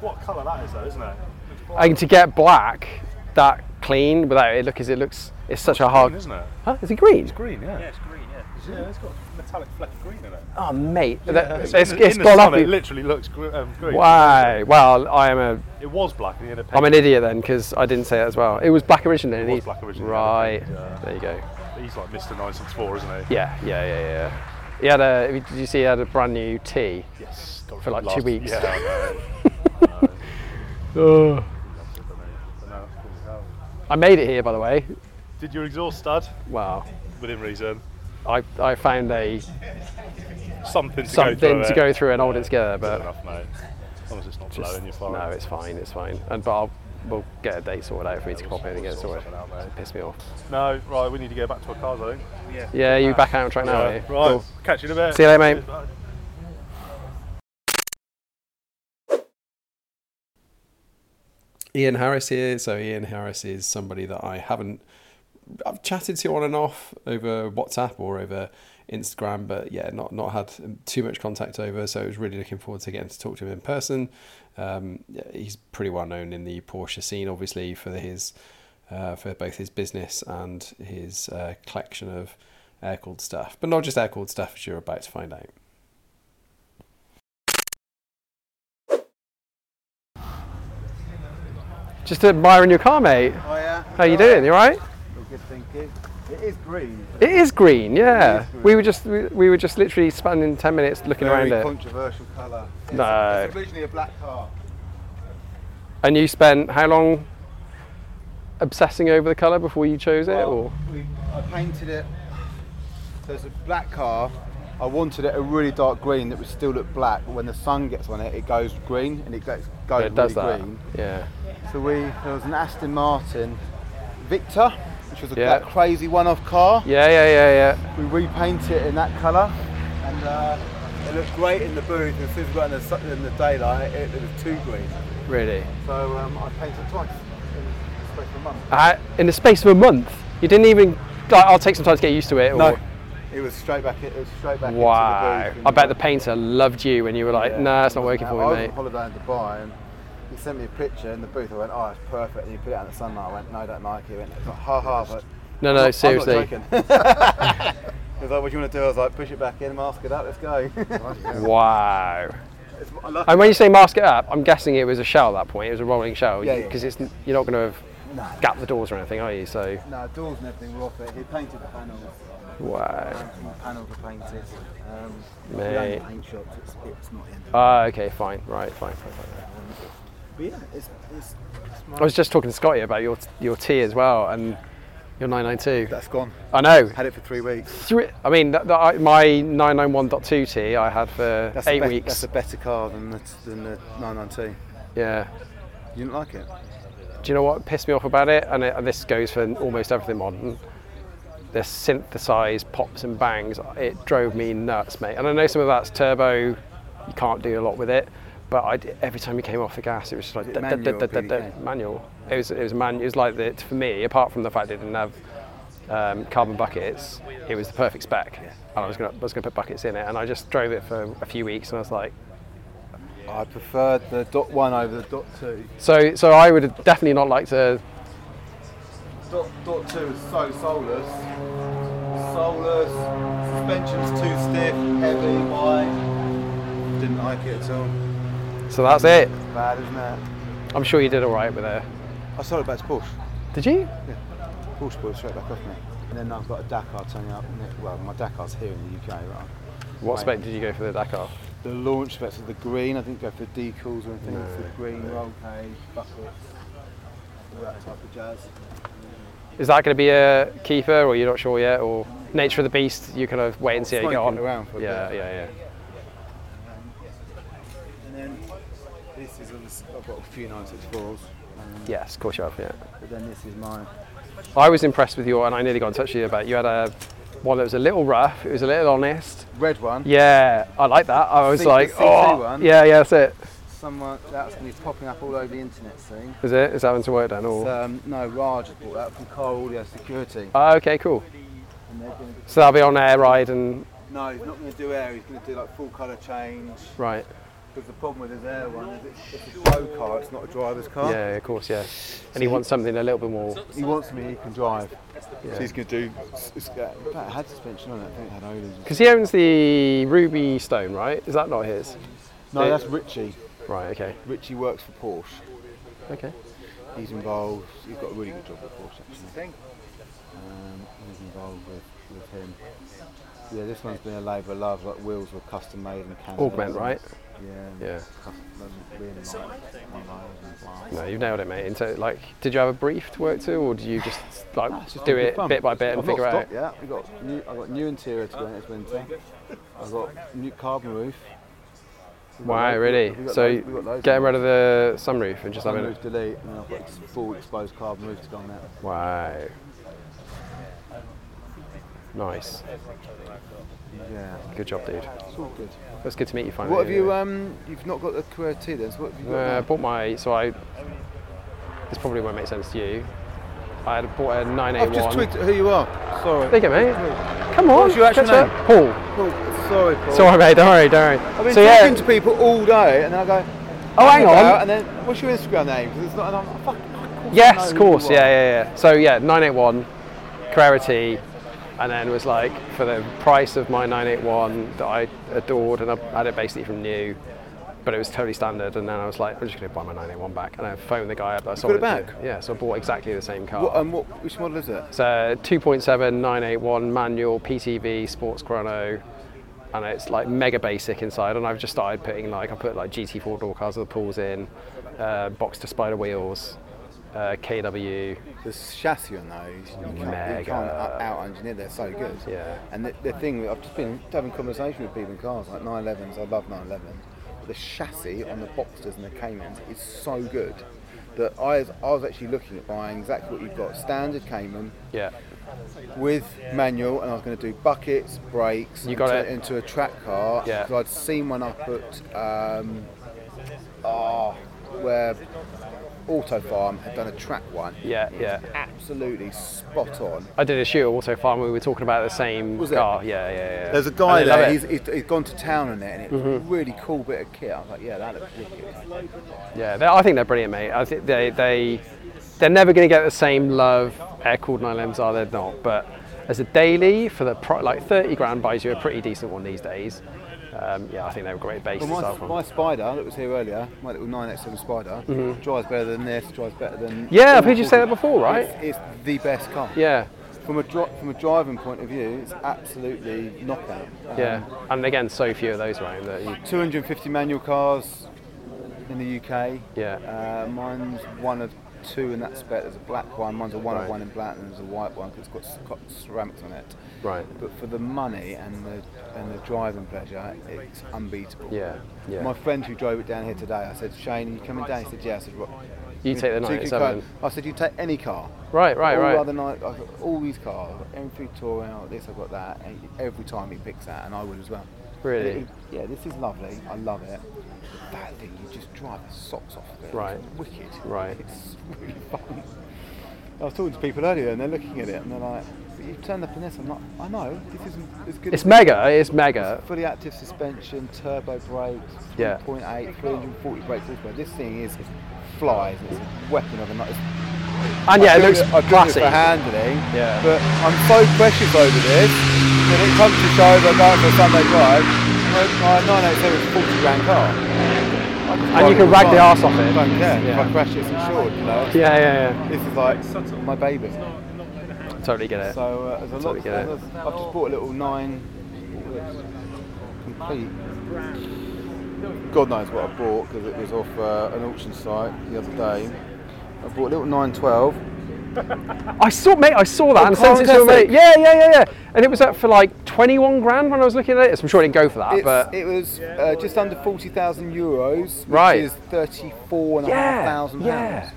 [SPEAKER 9] What colour that is, though, isn't it? Looks black,
[SPEAKER 5] And to get black that clean without it look as it looks, it's such a hard.
[SPEAKER 9] isn't it?
[SPEAKER 5] Huh? Is it green?
[SPEAKER 9] Green, yeah.
[SPEAKER 3] Yeah, it's green, yeah.
[SPEAKER 9] Yeah, it's got metallic fleck of green in it.
[SPEAKER 5] Oh, mate, that-
[SPEAKER 9] in
[SPEAKER 5] it's,
[SPEAKER 9] the-
[SPEAKER 5] it's
[SPEAKER 9] in the
[SPEAKER 5] gone
[SPEAKER 9] sun,
[SPEAKER 5] up.
[SPEAKER 9] It literally looks gr- um, green.
[SPEAKER 5] Wow. Well, I am a.
[SPEAKER 9] It was black and he had a
[SPEAKER 5] I'm an idiot then because I didn't say that as well. It was black originally. and
[SPEAKER 9] It was
[SPEAKER 5] he-
[SPEAKER 9] black originally,
[SPEAKER 5] Right.
[SPEAKER 9] yeah.
[SPEAKER 5] There you go.
[SPEAKER 9] He's like Mr. 964, isn't he?
[SPEAKER 5] Yeah, yeah, yeah, yeah. He had a. Did you see? He had a brand new tee.
[SPEAKER 9] Yes. got
[SPEAKER 5] For like two
[SPEAKER 9] last-
[SPEAKER 5] weeks.
[SPEAKER 9] Yeah. Uh, I know.
[SPEAKER 5] Oh.
[SPEAKER 9] But no, that's cool as hell.
[SPEAKER 5] I made it here, by the way.
[SPEAKER 9] Did your exhaust stud
[SPEAKER 5] Wow.
[SPEAKER 9] within reason?
[SPEAKER 5] I, I found a
[SPEAKER 9] Something to go
[SPEAKER 5] something
[SPEAKER 9] through
[SPEAKER 5] to
[SPEAKER 9] it.
[SPEAKER 5] go through and hold it together,
[SPEAKER 9] Fair
[SPEAKER 5] but
[SPEAKER 9] enough, mate. As long as it's not
[SPEAKER 5] just-
[SPEAKER 9] blowing your phone.
[SPEAKER 5] no, it's fine, it's fine. And but I'll, we'll get a date sorted out for me to pop in and get it sorted.
[SPEAKER 9] something out, mate.
[SPEAKER 5] It pissed me off.
[SPEAKER 9] No, right, we need to go back to our cars, I think.
[SPEAKER 5] Yeah, you back out on track now. are
[SPEAKER 9] Yeah,
[SPEAKER 5] you?
[SPEAKER 9] right,
[SPEAKER 5] Cool.
[SPEAKER 9] catch you in a bit.
[SPEAKER 5] See you later, mate.
[SPEAKER 9] Cheers, bye.
[SPEAKER 1] Ian Harris here. So Ian Harris is somebody that I haven't I've chatted to on and off over WhatsApp or over Instagram, but yeah, not not had too much contact over. So I was really looking forward to getting to talk to him in person. Um, yeah, he's pretty well known in the Porsche scene, obviously for his uh, for both his business and his uh, collection of air cooled stuff, but not just air cooled stuff, as you're about to find out.
[SPEAKER 5] Just admiring your car, mate.
[SPEAKER 6] Oh, yeah.
[SPEAKER 5] How you doing? You alright?
[SPEAKER 6] Good, thank you. It is green.
[SPEAKER 5] It is green, yeah.
[SPEAKER 6] It is green.
[SPEAKER 5] We were just we, we were just literally spending ten minutes looking
[SPEAKER 6] Very
[SPEAKER 5] around it.
[SPEAKER 6] controversial colour. It's,
[SPEAKER 5] No.
[SPEAKER 6] It's originally a black car.
[SPEAKER 5] And you spent how long obsessing over the colour before you chose it? Or
[SPEAKER 6] We, I painted it. So it's a black car. I wanted it a really dark green that would still look black, but when the sun gets on it, it goes green and it goes, goes
[SPEAKER 5] it does
[SPEAKER 6] really
[SPEAKER 5] that.
[SPEAKER 6] green.
[SPEAKER 5] Yeah.
[SPEAKER 6] So we there was an Aston Martin Victor, which was a,
[SPEAKER 5] Yeah.
[SPEAKER 6] that crazy one-off car.
[SPEAKER 5] Yeah, yeah, yeah, yeah.
[SPEAKER 6] We repaint it in that colour, and uh, it looked great in the booth. And as soon as we got in the, su- in the daylight, it, it was too green.
[SPEAKER 5] Really.
[SPEAKER 6] So um, I painted it twice in the space of a month.
[SPEAKER 5] Uh, in the space of a month, you didn't even. Like, I'll take some time to get used to it. Or,
[SPEAKER 6] No, it was straight back. It was straight back
[SPEAKER 5] Wow.
[SPEAKER 6] into the booth. and-
[SPEAKER 5] I bet the painter loved you when you were like,
[SPEAKER 6] Yeah.
[SPEAKER 5] nah, it's not working
[SPEAKER 6] I
[SPEAKER 5] for
[SPEAKER 6] was
[SPEAKER 5] me,
[SPEAKER 6] on
[SPEAKER 5] mate.
[SPEAKER 6] holiday in Dubai and he sent me a picture in the booth. I went, oh, it's perfect. And he put it out in the sunlight. I went, no, I don't like it. He went, ha ha. But
[SPEAKER 5] No, no, seriously.
[SPEAKER 6] I'm not joking. he was like, what do you want to do? I was like, push it back in, mask it up, let's go.
[SPEAKER 5] Wow.
[SPEAKER 6] It's- I like-
[SPEAKER 5] And when you say mask it up, I'm guessing it was a shell at that point. It was a rolling shell
[SPEAKER 6] Yeah, yeah.
[SPEAKER 5] because it's you're not going to have
[SPEAKER 6] No.
[SPEAKER 5] gapped the doors or anything, are you? So
[SPEAKER 6] no, doors and everything were off it. He painted the panels.
[SPEAKER 5] wow.
[SPEAKER 6] and The panels were painted. Um,
[SPEAKER 5] Mate.
[SPEAKER 6] we own the paint shops. It's, it's not the end of it.
[SPEAKER 5] Ah, okay, fine, right, fine, fine, fine.
[SPEAKER 6] But yeah, it's, it's, it's my-
[SPEAKER 5] I was just talking to Scotty about your your tea as well and your 992.
[SPEAKER 6] That's gone.
[SPEAKER 5] I know.
[SPEAKER 6] Had it for three weeks.
[SPEAKER 5] Three, I mean, that, that, I- my 991.2 tea I had for
[SPEAKER 6] That's a
[SPEAKER 5] eight
[SPEAKER 6] bet-
[SPEAKER 5] weeks.
[SPEAKER 6] That's a better car than the, than the 992.
[SPEAKER 5] yeah.
[SPEAKER 6] You didn't like it?
[SPEAKER 5] Do you know what pissed me off about it? And, it, and this goes for almost everything modern. The synthesized pops and bangs, it drove me nuts, mate. And I know some of that's turbo, you can't do a lot with it. But I d every time you came off the gas, it was just like
[SPEAKER 6] Is it
[SPEAKER 5] da- da-
[SPEAKER 6] manual E
[SPEAKER 5] da-
[SPEAKER 6] or
[SPEAKER 5] da- da-
[SPEAKER 6] PDK?
[SPEAKER 5] manual. It was it was man. It was like that for me. Apart from the fact they didn't have um, carbon buckets, it was the perfect spec. And I was gonna I was gonna put buckets in it, and I just drove it for a few weeks, and I was like,
[SPEAKER 6] I preferred the dot one over the dot two.
[SPEAKER 5] so so I would have definitely not like to.
[SPEAKER 6] Dot, dot two is so soulless. Soulless. Suspension's too stiff, heavy, wide. Didn't like it at all.
[SPEAKER 5] So that's it.
[SPEAKER 6] Bad, isn't it?
[SPEAKER 5] I'm sure you did all right with it.
[SPEAKER 6] I sold it back to Porsche.
[SPEAKER 5] Did you?
[SPEAKER 6] Porsche bought it straight back off me. And then I've got a Dakar turning up. ne- Well, my Dakar's here in the UK, right?
[SPEAKER 5] What
[SPEAKER 6] Right.
[SPEAKER 5] spec did you go for the Dakar?
[SPEAKER 6] The launch specs of the green, I didn't go for decals or anything, it's the green roll cage, buckets, all that type of jazz.
[SPEAKER 5] Is that going to be a keeper, or you're not sure yet, or
[SPEAKER 6] It
[SPEAKER 5] nature of the beast, you kind of wait and see how you get
[SPEAKER 2] Smoke
[SPEAKER 5] on.
[SPEAKER 2] it around for a
[SPEAKER 5] yeah,
[SPEAKER 2] bit.
[SPEAKER 5] yeah,
[SPEAKER 2] And then this is on the, s- I've got a few 964s.
[SPEAKER 5] yeah. Yes, of course you have. Yeah.
[SPEAKER 2] But then this is mine.
[SPEAKER 5] I was impressed with your, and I nearly got in touch with you about. You had a one that was a little rough. It was a little honest.
[SPEAKER 2] Red one.
[SPEAKER 5] Yeah, I like that. I was
[SPEAKER 2] C- the
[SPEAKER 5] like,
[SPEAKER 2] C2
[SPEAKER 5] oh,
[SPEAKER 2] one?
[SPEAKER 5] yeah, yeah, that's it.
[SPEAKER 2] Someone that's going to be popping up all over the internet soon.
[SPEAKER 5] Is it? Is that one to work then?
[SPEAKER 2] It's,
[SPEAKER 5] Or
[SPEAKER 2] um, no, Raj has bought that from Car Audio Security.
[SPEAKER 6] Uh,
[SPEAKER 5] oh, okay, cool.
[SPEAKER 2] And they're gonna,
[SPEAKER 5] So that'll be on air ride and
[SPEAKER 2] no, he's not going to do air. He's going to do like full colour change.
[SPEAKER 5] right.
[SPEAKER 2] Because the problem with his air one is it's, it's a show car. It's not a driver's car.
[SPEAKER 5] Yeah, of course, yeah. And he wants something a little bit more.
[SPEAKER 2] He wants me. He can drive.
[SPEAKER 5] Yeah.
[SPEAKER 2] So he's going to do. It's, it's, got- in fact, it had suspension on it. I think it had Ollie's.
[SPEAKER 5] Because he owns the Ruby Stone, right? Is that not his?
[SPEAKER 2] No, that's Richie.
[SPEAKER 5] Right. Okay.
[SPEAKER 2] Richie works for Porsche.
[SPEAKER 5] Okay.
[SPEAKER 2] He's involved. He's got a really good job with Porsche actually. Um, he's involved with, with him. Yeah, this one's been a labour of love. Like wheels were custom made in Canada.
[SPEAKER 5] Augment, right?
[SPEAKER 2] Yeah. and
[SPEAKER 5] Yeah.
[SPEAKER 2] Custom, and really nice, nice, nice.
[SPEAKER 5] No, you've nailed it, mate. And so, like, did you have a brief to work to, or did you just like
[SPEAKER 2] It's
[SPEAKER 5] do
[SPEAKER 2] been
[SPEAKER 5] it
[SPEAKER 2] fun.
[SPEAKER 5] bit by bit and
[SPEAKER 2] I've
[SPEAKER 5] figure
[SPEAKER 2] not
[SPEAKER 5] out?
[SPEAKER 2] stopped yet. I've got new, I've got new interior to go in this winter. I've got new carbon roof. We've got
[SPEAKER 5] Wow,
[SPEAKER 2] loads-
[SPEAKER 5] really?
[SPEAKER 2] we've got
[SPEAKER 5] So
[SPEAKER 2] loads- we've got loads
[SPEAKER 5] getting
[SPEAKER 2] of
[SPEAKER 5] rid of the sunroof and just having
[SPEAKER 2] carbon
[SPEAKER 5] it.
[SPEAKER 2] roof delete, and then I've got ex- full exposed carbon roof to go on that.
[SPEAKER 5] Wow. Nice.
[SPEAKER 2] Yeah,
[SPEAKER 5] Good job, dude.
[SPEAKER 2] it's all good.
[SPEAKER 5] That's good to meet you finally.
[SPEAKER 2] What have you?
[SPEAKER 5] anyway.
[SPEAKER 2] Um, you've not got the Carrera T then. So what have you got?
[SPEAKER 5] Oh, Uh, I
[SPEAKER 2] now?
[SPEAKER 5] bought my so I. This probably won't make sense to you. I had bought a 981.
[SPEAKER 2] I've just twigged who you are. Sorry.
[SPEAKER 5] There you go, mate. Come on.
[SPEAKER 2] What's your actual
[SPEAKER 5] catch up. Paul.
[SPEAKER 2] Paul, sorry, Paul.
[SPEAKER 5] Sorry, mate. Don't worry. Don't worry.
[SPEAKER 2] I've been
[SPEAKER 5] so
[SPEAKER 2] talking
[SPEAKER 5] yeah.
[SPEAKER 2] to people all day, and then I go.
[SPEAKER 5] oh, hang on.
[SPEAKER 2] about, And then, what's your Instagram name? 'Cause it's not. And I'm, fuck, know
[SPEAKER 5] Yes,
[SPEAKER 2] who
[SPEAKER 5] of course.
[SPEAKER 2] you
[SPEAKER 5] Yeah,
[SPEAKER 2] are.
[SPEAKER 5] yeah, yeah. So yeah, 981, Carrera T, and then was like for the price of my 981 that I adored, and I had it basically from new, but it was totally standard. And then I was like, I'm just going to buy my 981 back, and I phoned the guy up. That I sold
[SPEAKER 2] got it back?
[SPEAKER 5] to. Yeah, so I bought exactly the same car.
[SPEAKER 2] What, um, what, which model is it?
[SPEAKER 5] it's uh, a 2.7 981 manual PTV sports chrono. And it's like mega basic inside, and I've just started putting like I put like GT4 door cars with the pools in, uh, box to spider wheels, uh, KW,
[SPEAKER 2] The chassis on those, you can't, you
[SPEAKER 5] Mega.
[SPEAKER 2] can't out engineer. They're so good.
[SPEAKER 5] Yeah.
[SPEAKER 2] And the, the thing, I've just been having conversation with people in cars, like 911s. I love 911s. The chassis on the Boxsters and the Caymans is so good that I, was- I was actually looking at buying exactly what you've got: standard Cayman
[SPEAKER 5] Yeah,
[SPEAKER 2] with manual, and I was going to do buckets, brakes.
[SPEAKER 5] You got
[SPEAKER 2] into,
[SPEAKER 5] it.
[SPEAKER 2] into a track car.
[SPEAKER 5] Yeah.
[SPEAKER 2] 'cause I'd seen one up at um, ah, where Auto Farm had done a track one.
[SPEAKER 5] yeah,
[SPEAKER 2] It was
[SPEAKER 5] yeah.
[SPEAKER 2] Absolutely spot on.
[SPEAKER 5] I did a shoot at Auto Farm. We were talking about the same
[SPEAKER 2] Was it?
[SPEAKER 5] car. Yeah, yeah, yeah.
[SPEAKER 2] There's a
[SPEAKER 5] I
[SPEAKER 2] guy
[SPEAKER 5] love
[SPEAKER 2] there.
[SPEAKER 5] it. Mm-hmm.
[SPEAKER 2] He's, he's, he's gone to town on it, and it's a really cool bit of kit. I was like, yeah, that looks wicked.
[SPEAKER 5] Yeah, they- I think they're brilliant, mate. I think they they they're never going to get the same love air cooled nine limbs are. They're not, but as a daily for the pro, like thirty grand buys you a pretty decent one these days. Um, yeah, I think they're a great base
[SPEAKER 2] Well,
[SPEAKER 5] to start
[SPEAKER 2] my,
[SPEAKER 5] from.
[SPEAKER 2] my spider that was here earlier, my little 9x7 spider, drives better than this. Drives better than.
[SPEAKER 5] Mm-hmm. Yeah, I've heard you say that before, right?
[SPEAKER 2] It's, it's the best car.
[SPEAKER 5] yeah,
[SPEAKER 2] From a dri- from a driving point of view, it's absolutely knockout. Um,
[SPEAKER 5] yeah, and again, so few of those around that. You,
[SPEAKER 2] 250 manual cars in the UK.
[SPEAKER 5] yeah,
[SPEAKER 2] Uh, mine's one of two in that spec. There's a black one. Mine's a one
[SPEAKER 5] Right.
[SPEAKER 2] of one in black, and there's a white one because it's got, c- got ceramics on it.
[SPEAKER 5] right.
[SPEAKER 2] But for the money and the and the driving pleasure, it's unbeatable.
[SPEAKER 5] Yeah, yeah.
[SPEAKER 2] My friend who drove it down here today, I said, Shane, are you coming down? He said, yeah. I said, right.
[SPEAKER 5] You take the
[SPEAKER 2] so you
[SPEAKER 5] 987.
[SPEAKER 2] can go- I said, you take any car.
[SPEAKER 5] Right, right,
[SPEAKER 2] all
[SPEAKER 5] right.
[SPEAKER 2] Other night, I've got all these cars. I've got M3 Touring, I've got this, I've got that. And every time he picks that, and I would as well.
[SPEAKER 5] Really?
[SPEAKER 2] And it- yeah, this is lovely. I love it. That thing, you just drive the socks off of it.
[SPEAKER 5] Right.
[SPEAKER 2] It's wicked.
[SPEAKER 5] Right.
[SPEAKER 2] It's really fun. I was talking to people earlier, and they're looking at it, and they're like, but you've turned up in this. I'm like, I know, this isn't as good
[SPEAKER 5] It's
[SPEAKER 2] as
[SPEAKER 5] mega. It's mega.
[SPEAKER 2] fully active suspension, turbo brakes,
[SPEAKER 5] Yeah.
[SPEAKER 2] 3.8, 340 brakes horsepower. This thing is flies. It's a weapon of a night.
[SPEAKER 5] And yeah,
[SPEAKER 2] I
[SPEAKER 5] it
[SPEAKER 2] do
[SPEAKER 5] looks
[SPEAKER 2] I do
[SPEAKER 5] classy.
[SPEAKER 2] for handling.
[SPEAKER 5] Yeah.
[SPEAKER 2] But I'm so precious over this that it comes to show that going for a Sunday drive, my, my 987 is a 40 grand car.
[SPEAKER 5] And you can rag the arse off
[SPEAKER 2] I
[SPEAKER 5] it.
[SPEAKER 2] don't care. If
[SPEAKER 5] Yeah.
[SPEAKER 2] I crash, it's insured. You know?
[SPEAKER 5] Yeah, yeah,
[SPEAKER 2] This is like my baby.
[SPEAKER 5] yeah. Totally get it.
[SPEAKER 2] So uh, there's a lot.
[SPEAKER 5] Totally get it.
[SPEAKER 2] there's- I've just bought a little nine complete. God knows what I bought because it was off uh, an auction site the other day. I bought a little 912
[SPEAKER 5] I saw, mate, I saw
[SPEAKER 2] Oh,
[SPEAKER 5] that and sent it to a
[SPEAKER 2] fantastic.
[SPEAKER 5] mate. Yeah, yeah, yeah, yeah. And it was up for like 21 grand when I was looking at it. So I'm sure it didn't go for that,
[SPEAKER 2] It's-
[SPEAKER 5] but
[SPEAKER 2] it was uh, just under 40,000 euros, which
[SPEAKER 5] Right.
[SPEAKER 2] is 34,500
[SPEAKER 5] yeah, yeah.
[SPEAKER 2] pounds.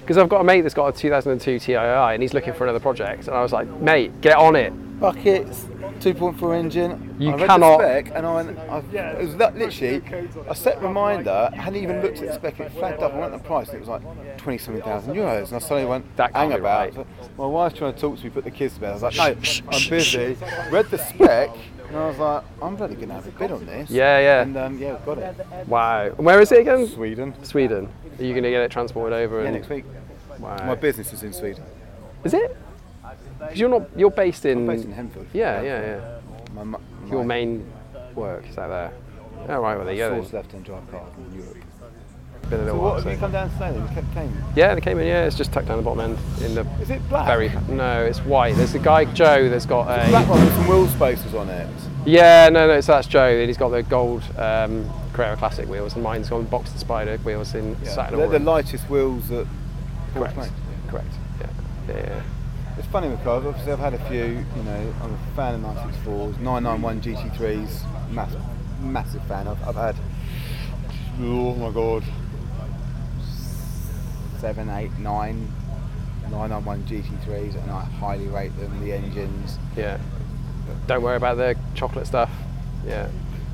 [SPEAKER 5] Because I've got a mate that's got a 2002 TII and he's looking for another project, and I was like, mate, get on it.
[SPEAKER 2] Buckets, 2.4 engine.
[SPEAKER 5] You
[SPEAKER 2] I read
[SPEAKER 5] cannot-
[SPEAKER 2] The spec and I, I it was that, literally a set reminder. I hadn't even looked at the spec. It flagged up. I went at the price. And it was like 27,000 euros, and I suddenly went
[SPEAKER 5] That can't
[SPEAKER 2] hang
[SPEAKER 5] be
[SPEAKER 2] about.
[SPEAKER 5] right.
[SPEAKER 2] My wife's trying to talk to me. Put the kids to bed. I was like, no, I'm busy. Read the spec. And I was like, I'm really going to have a bid on this.
[SPEAKER 5] Yeah, yeah. Um,
[SPEAKER 2] And um, yeah, we've got it.
[SPEAKER 5] Wow. And where is it again?
[SPEAKER 2] Sweden.
[SPEAKER 5] Sweden. Are you going to get it transported over?
[SPEAKER 2] Yeah,
[SPEAKER 5] and-
[SPEAKER 2] next week.
[SPEAKER 5] Wow.
[SPEAKER 2] My business is in Sweden.
[SPEAKER 5] Is it? Because you're not. You're based in.
[SPEAKER 2] Based in Henfield.
[SPEAKER 5] yeah, yeah, yeah.
[SPEAKER 2] My, mu-
[SPEAKER 5] Your
[SPEAKER 2] my
[SPEAKER 5] main work is out there. All right, well there you go.
[SPEAKER 2] source
[SPEAKER 5] then.
[SPEAKER 2] left-hand drive car in Europe.
[SPEAKER 5] Been a little
[SPEAKER 2] So
[SPEAKER 5] while,
[SPEAKER 2] what have you
[SPEAKER 5] so-
[SPEAKER 2] come down today? Then? You kept came.
[SPEAKER 5] Yeah, they came in. Yeah, it's just tucked down the bottom end in the
[SPEAKER 2] Is it black?
[SPEAKER 5] very. No, it's white. There's a guy Joe that's got a.
[SPEAKER 2] That one with some wheel spacers on it.
[SPEAKER 5] Yeah, no, no, so that's Joe. And he's got the gold um, Carrera Classic wheels, and mine's got boxed spider wheels in satin.
[SPEAKER 2] They're the
[SPEAKER 5] orange.
[SPEAKER 2] lightest wheels that.
[SPEAKER 5] Correct.
[SPEAKER 2] Mate,
[SPEAKER 5] Correct. Yeah. Yeah.
[SPEAKER 2] It's funny with cars. Obviously, I've had a few. You know, I'm a fan of 964s, 991 GT3s. Massive, massive fan. I've, I've had. Oh my god. Seven, eight, nine. 991 GT3s, and I highly rate them. The engines.
[SPEAKER 5] Yeah. Don't worry about the chocolate stuff. Yeah.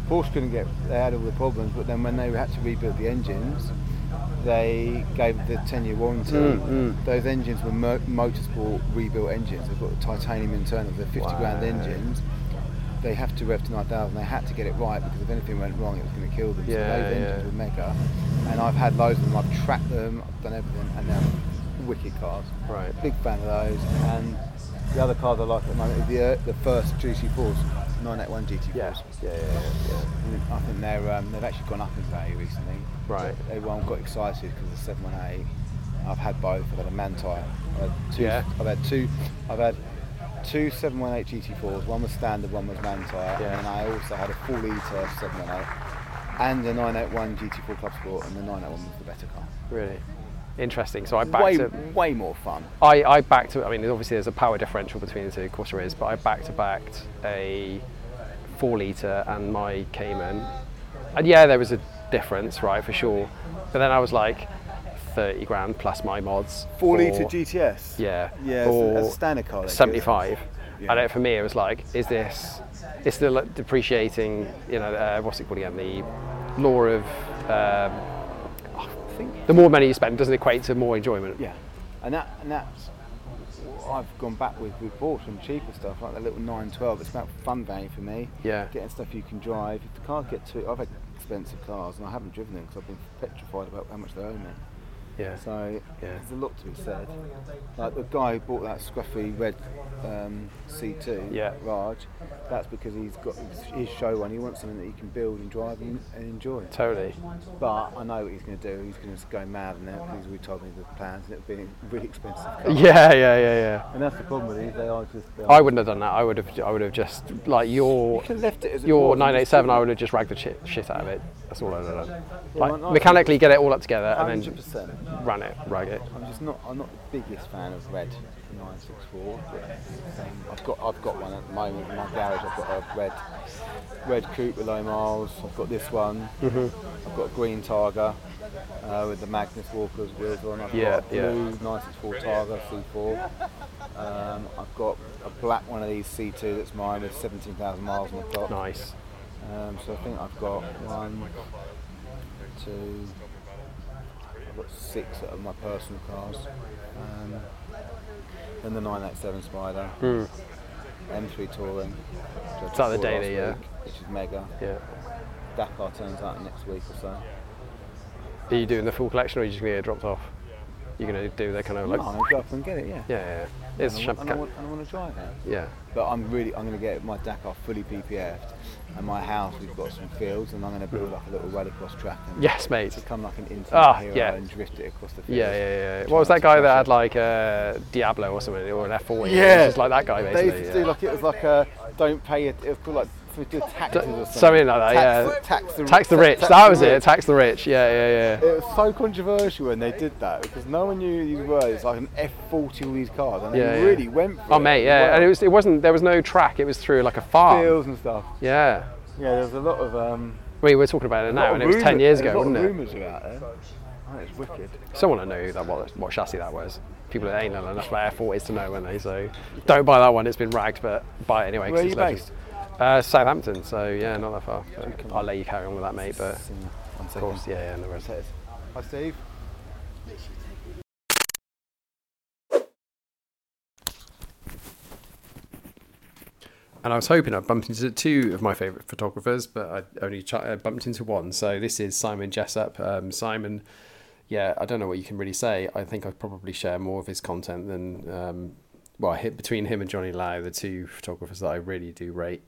[SPEAKER 2] Porsche couldn't get, they had all the problems, but then when they had to rebuild the engines, they gave the 10 year warranty.
[SPEAKER 5] Mm,
[SPEAKER 2] Those engines were mo- motorsport rebuilt engines. They've got titanium internals, they're 50 grand engines. They have to rev to 9000. They had to get it right because if anything went wrong, it was going to kill them.
[SPEAKER 5] Yeah,
[SPEAKER 2] so those
[SPEAKER 5] yeah.
[SPEAKER 2] engines were mega. And I've had loads of them, I've tracked them, I've done everything, and they're wicked cars.
[SPEAKER 5] Right.
[SPEAKER 2] Big fan of those. And the other cars I like at the moment is the, uh, the first GT4s, 981 GT4s.
[SPEAKER 5] Yeah. Yeah. yeah, yeah.
[SPEAKER 2] I think they're um, they've actually gone up in value recently.
[SPEAKER 5] Mm. Right.
[SPEAKER 2] Everyone got excited because of seven one eight. I've had both. I've had a Manti. I've had two.
[SPEAKER 5] Yeah.
[SPEAKER 2] I've had two. I've had two seven one eight GT fours. One was standard. One was Manti.
[SPEAKER 5] Yeah.
[SPEAKER 2] And I also had a full liter seven one eight and a nine eight one GT four Club Sport. And the nine eight one was the better car.
[SPEAKER 5] Really interesting. So I backed
[SPEAKER 2] way
[SPEAKER 5] it.
[SPEAKER 2] way more fun.
[SPEAKER 5] I, I backed. I mean, obviously there's a power differential between the two, of course there is. But I backed to backed a four liter and my Cayman, and yeah, there was a difference, right, for sure. But then I was like, thirty grand plus my mods.
[SPEAKER 2] Four
[SPEAKER 5] for-
[SPEAKER 2] liter GTS.
[SPEAKER 5] Yeah.
[SPEAKER 2] Yeah.
[SPEAKER 5] Or
[SPEAKER 2] as a standard car. that goes-
[SPEAKER 5] 75.
[SPEAKER 2] Yeah.
[SPEAKER 5] And it, for me, it was like, is this, it's the like, depreciating, you know, uh, what's it called again? The law of, um, I think the more money you spend doesn't equate to more enjoyment.
[SPEAKER 2] Yeah, and that and that's what I've gone back with. We've bought some cheaper stuff like the little 912. It's about fun value for me.
[SPEAKER 5] Yeah.
[SPEAKER 2] getting stuff you can drive. If the car get too, I've had expensive cars and I haven't driven them because I've been petrified about how much they owe me.
[SPEAKER 5] Yeah.
[SPEAKER 2] So
[SPEAKER 5] Yeah.
[SPEAKER 2] there's a lot to be said. Like the guy who bought that scruffy red um, C2,
[SPEAKER 5] Yeah.
[SPEAKER 2] Raj, that's because he's got his, his show one. He wants something that he can build and drive and, and enjoy.
[SPEAKER 5] Totally.
[SPEAKER 2] But I know what he's going to do. He's going to go mad on it because we told me the plans and it would be a really expensive car.
[SPEAKER 5] Yeah, yeah, yeah, yeah.
[SPEAKER 2] And that's the problem with these, they are just. They are
[SPEAKER 5] I wouldn't have done that. I would have, I would have just like your,
[SPEAKER 2] You could've left it as it
[SPEAKER 5] your
[SPEAKER 2] was and just
[SPEAKER 5] 987. I
[SPEAKER 2] done it.
[SPEAKER 5] would have just ragged the shit, shit out of it. That's all I'd have done.
[SPEAKER 2] Well, I know.
[SPEAKER 5] Like mechanically get it all up together and then
[SPEAKER 2] 100%.
[SPEAKER 5] ran it, rag it.
[SPEAKER 2] I'm just not. I'm not the biggest fan of red 964. But, um, I've got. I've got one at the moment in my garage. I've got a red, red coupe with low miles. I've got this one.
[SPEAKER 5] Mm-hmm.
[SPEAKER 2] I've got a green Targa uh, with the Magnus Walker's wheels on. I've
[SPEAKER 5] Yeah,
[SPEAKER 2] got a
[SPEAKER 5] yeah.
[SPEAKER 2] blue 964 Targa C4. Um, I've got a black one of these C2 that's mine with 17,000 miles on the clock.
[SPEAKER 5] Nice.
[SPEAKER 2] Um, so I think I've got one, two, I've got six of my personal cars. Um, and the 987 Spider, M3 Touring.
[SPEAKER 5] Hmm. It's like
[SPEAKER 2] which I
[SPEAKER 5] the
[SPEAKER 2] toured last
[SPEAKER 5] daily, yeah.
[SPEAKER 2] week, Which is mega.
[SPEAKER 5] Yeah.
[SPEAKER 2] Dakar turns out next week or so.
[SPEAKER 5] Are you doing the full collection or are you just going to get dropped off? You're going to do the kind of like.
[SPEAKER 2] No, I'll go up and get it, yeah.
[SPEAKER 5] Yeah, yeah, yeah. It's
[SPEAKER 2] And I,
[SPEAKER 5] champagne.
[SPEAKER 2] want, and I, want, and I want to drive it.
[SPEAKER 5] Yeah.
[SPEAKER 2] But I'm really, I'm going to get my Dakar fully PPF'd. And my house, we've got some fields, and I'm going to build like a little rallycross track. And
[SPEAKER 5] Yes, mate.
[SPEAKER 2] Become like an internet
[SPEAKER 5] Ah,
[SPEAKER 2] hero
[SPEAKER 5] yeah.
[SPEAKER 2] and drift it across the field.
[SPEAKER 5] Yeah, yeah, yeah. What was that guy that had like uh, Diablo or something or an F40? It was
[SPEAKER 2] Yeah.
[SPEAKER 5] just like that guy
[SPEAKER 2] They
[SPEAKER 5] basically.
[SPEAKER 2] used to do
[SPEAKER 5] yeah.
[SPEAKER 2] like it was like a don't pay it. It was called like for the taxes or something.
[SPEAKER 5] Something like that,
[SPEAKER 2] Tax- Tax the,
[SPEAKER 5] Tax the rich. That was it. Tax the rich. Yeah, yeah, yeah.
[SPEAKER 2] It was so controversial when they did that because no one knew these words like an F40 all these cars and
[SPEAKER 5] Yeah,
[SPEAKER 2] they
[SPEAKER 5] yeah.
[SPEAKER 2] really went for
[SPEAKER 5] Oh mate, yeah. And it was. It wasn't. There was no track. It was through like a farm.
[SPEAKER 2] deals and stuff.
[SPEAKER 5] Yeah.
[SPEAKER 2] Yeah, there was a lot of um.
[SPEAKER 5] We were talking about it now,
[SPEAKER 2] lot
[SPEAKER 5] and it
[SPEAKER 2] of
[SPEAKER 5] was ten
[SPEAKER 2] rumour-
[SPEAKER 5] years
[SPEAKER 2] there's
[SPEAKER 5] ago,
[SPEAKER 2] a lot
[SPEAKER 5] wasn't
[SPEAKER 2] of
[SPEAKER 5] it?
[SPEAKER 2] rumours about it. Oh, it's wicked.
[SPEAKER 5] Someone I know that what, what chassis that was. People that ain't done enough about F40s to know, when they? So don't buy that one. It's been ragged, but buy it anyway. 'cause
[SPEAKER 2] Where are
[SPEAKER 5] it's
[SPEAKER 2] you
[SPEAKER 5] legend. Uh, Southampton. So yeah, not that far. But I'll let you carry on with that, mate. But
[SPEAKER 2] One
[SPEAKER 5] of course, yeah, yeah, no worries.
[SPEAKER 2] second. Hi, Steve.
[SPEAKER 1] and I was hoping I'd bumped into two of my favourite photographers, but I only ch- I bumped into one. So this is Simon Jessup. Um, Simon, yeah, I don't know what you can really say. I think I probably share more of his content than, um, well, hi- between him and Johnny Lau, the two photographers that I really do rate.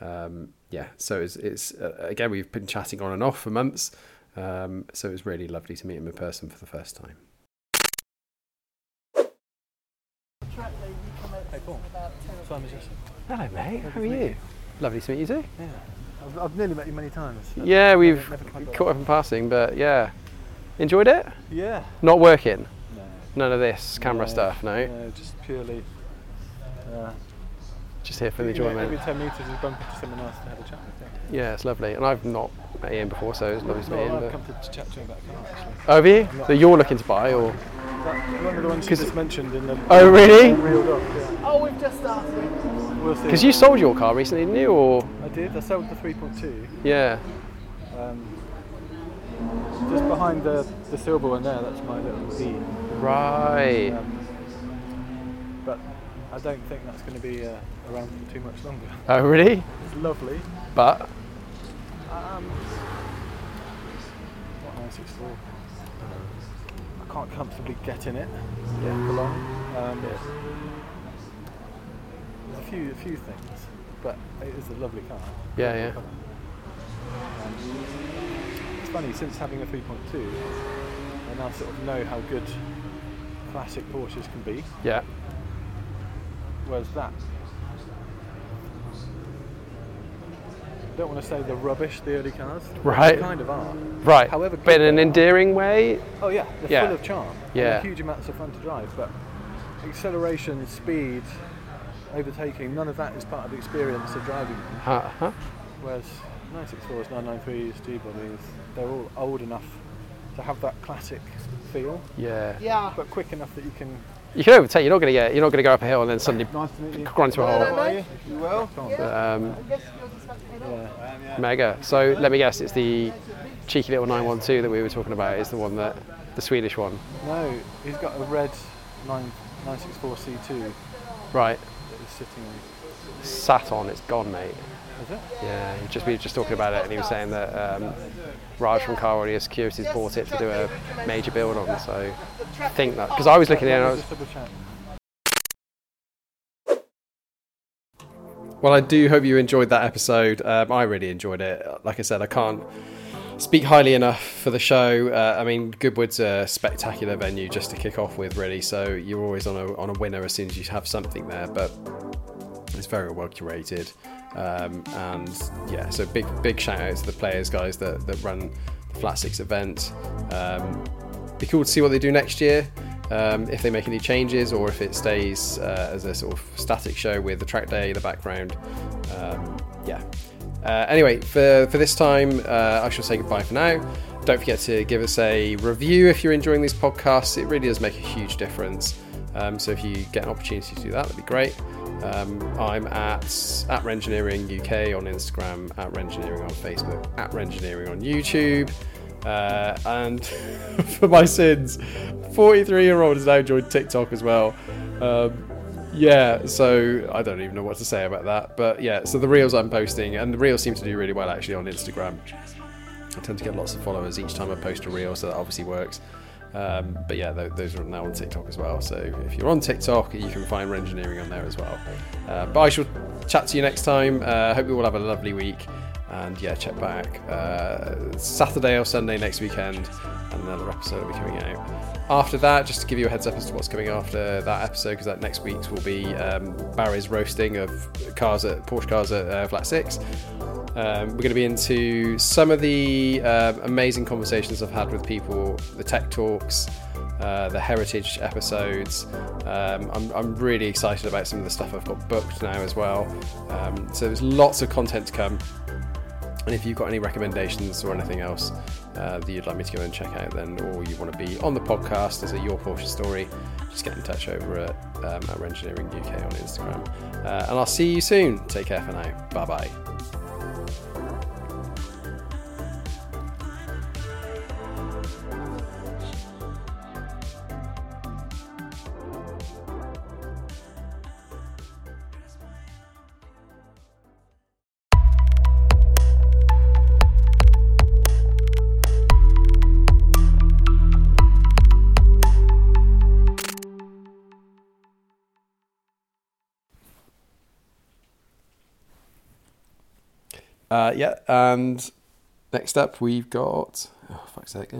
[SPEAKER 1] Um, yeah, so it's, it's uh, again, we've been chatting on and off for months. Um, so it was really lovely to meet him in person for the first time.
[SPEAKER 5] Hello, mate. How are you? Lovely to meet you too.
[SPEAKER 9] I've, I've nearly met you many times.
[SPEAKER 5] Yeah, we've
[SPEAKER 9] never quite got
[SPEAKER 5] caught up in passing, but yeah, enjoyed it.
[SPEAKER 9] Yeah.
[SPEAKER 5] Not working.
[SPEAKER 9] No.
[SPEAKER 5] None of this camera
[SPEAKER 9] No,
[SPEAKER 5] stuff. No,
[SPEAKER 9] no, just purely. Uh,
[SPEAKER 5] just here for the
[SPEAKER 9] you know, every
[SPEAKER 5] enjoyment.
[SPEAKER 9] 10 metres, you bump into someone else and have a chat with them.
[SPEAKER 5] Yeah, it's lovely. And I've not met Ian before, so it's lovely to meet Oh,
[SPEAKER 9] Well, I've
[SPEAKER 5] Ian.
[SPEAKER 9] come to chat to him about cars, actually.
[SPEAKER 5] But... Over here, that you're looking to buy, or
[SPEAKER 9] That, one of the ones you just mentioned in the.
[SPEAKER 5] oh really?
[SPEAKER 9] Reeled off, yeah. Oh, we've just started. We'll see.
[SPEAKER 5] Because you sold your car recently, didn't you? Or
[SPEAKER 9] I did. I sold the 3.2
[SPEAKER 5] yeah,
[SPEAKER 9] um, just behind the, the silver one there. That's my little V.
[SPEAKER 5] right.
[SPEAKER 9] Um, but I don't think that's going to be uh, around for too much longer.
[SPEAKER 5] Oh really?
[SPEAKER 9] It's lovely.
[SPEAKER 5] But
[SPEAKER 9] What 964? uh, I can't comfortably get in it for long. Um, There's a few, a few things, but it is a lovely car. Um,
[SPEAKER 5] yeah, yeah.
[SPEAKER 9] It's funny since having a 3.2, I now sort of know how good classic Porsches can be.
[SPEAKER 5] Yeah,
[SPEAKER 9] Whereas that, I don't want to say they're rubbish, the early cars. but
[SPEAKER 5] Right.
[SPEAKER 9] They kind of are.
[SPEAKER 5] right.
[SPEAKER 9] However
[SPEAKER 5] but in
[SPEAKER 9] good
[SPEAKER 5] an
[SPEAKER 9] they are.
[SPEAKER 5] endearing way.
[SPEAKER 9] Oh yeah, they're
[SPEAKER 5] Yeah.
[SPEAKER 9] full of charm.
[SPEAKER 5] Yeah.
[SPEAKER 9] They're huge amounts of fun to drive, but acceleration, speed, overtaking, none of that is part of the experience of driving them.
[SPEAKER 5] Huh, huh.
[SPEAKER 9] Whereas 964s, 993s, G-bodies, they're all old enough to have that classic feel,
[SPEAKER 5] Yeah.
[SPEAKER 9] but quick enough that you can.
[SPEAKER 5] You can overtake. You're not going to get. You're not going to go up a hill and then suddenly
[SPEAKER 9] Nice to meet you.
[SPEAKER 5] grind to a hole.
[SPEAKER 9] How are you? You well?
[SPEAKER 5] Um,
[SPEAKER 9] Yeah.
[SPEAKER 5] mega. So let me guess, it's the cheeky little 912 that we were talking about. Is the one that the Swedish one,
[SPEAKER 9] No, he's got a red 9, 964 C2
[SPEAKER 5] right?
[SPEAKER 9] that is sitting on.
[SPEAKER 5] Sat on. It's gone, mate.
[SPEAKER 9] Is it?
[SPEAKER 5] Yeah, he just we were just talking about it, and he was saying that um, Raj from Car Audio Securities bought it to do a major build on. So I think that because I was looking in, and I was
[SPEAKER 9] Just double check.
[SPEAKER 1] Well, I do hope you enjoyed that episode. Um, I really enjoyed it. Like I said, I can't speak highly enough for the show. Uh, I mean, Goodwood's a spectacular venue just to kick off with, really. So you're always on a on a winner as soon as you have something there. But it's very well curated, um, and yeah. So big big shout out to the players guys that that run the Flat Six event. Um, be cool to see what they do next year. Um, if they make any changes or if it stays uh, as a sort of static show with the track day in the background. Um, yeah. Uh, anyway, for, for this time, uh, I shall say goodbye for now. Don't forget to give us a review if you're enjoying these podcasts. It really does make a huge difference. Um, so if you get an opportunity to do that, that'd be great. Um, I'm at at Rengineering UK on Instagram, at Rengineering on Facebook, at Rengineering on YouTube. Uh, and for my sins, 43 year old has now joined TikTok as well. Um, yeah, so I don't even know what to say about that. But yeah, so the reels I'm posting, and the reels seem to do really well actually on Instagram. I tend to get lots of followers each time I post a reel, so that obviously works. Um, but yeah, tho- those are now on TikTok as well. So if you're on TikTok, you can find Rengineering on there as well. Uh, but I shall chat to you next time. Uh, hope you all have a lovely week. And yeah, check back uh, Saturday or Sunday next weekend, and another episode will be coming out. After that, just to give you a heads up as to what's coming after that episode, because that next week's will be um, Barry's roasting of cars at Porsche cars at uh, Flat Six. Um, we're going to be into some of the um, amazing conversations I've had with people, the tech talks, uh, the heritage episodes. Um, I'm, I'm really excited about some of the stuff I've got booked now as well. Um, so there's lots of content to come. And if you've got any recommendations or anything else uh, that you'd like me to go and check out, then or you want to be on the podcast as a Your Porsche Story, just get in touch over at, um, at Engineering UK on Instagram. Uh, and I'll see you soon. Take care for now. Bye bye. Uh, yeah, and next up we've got. Oh, fuck's sake.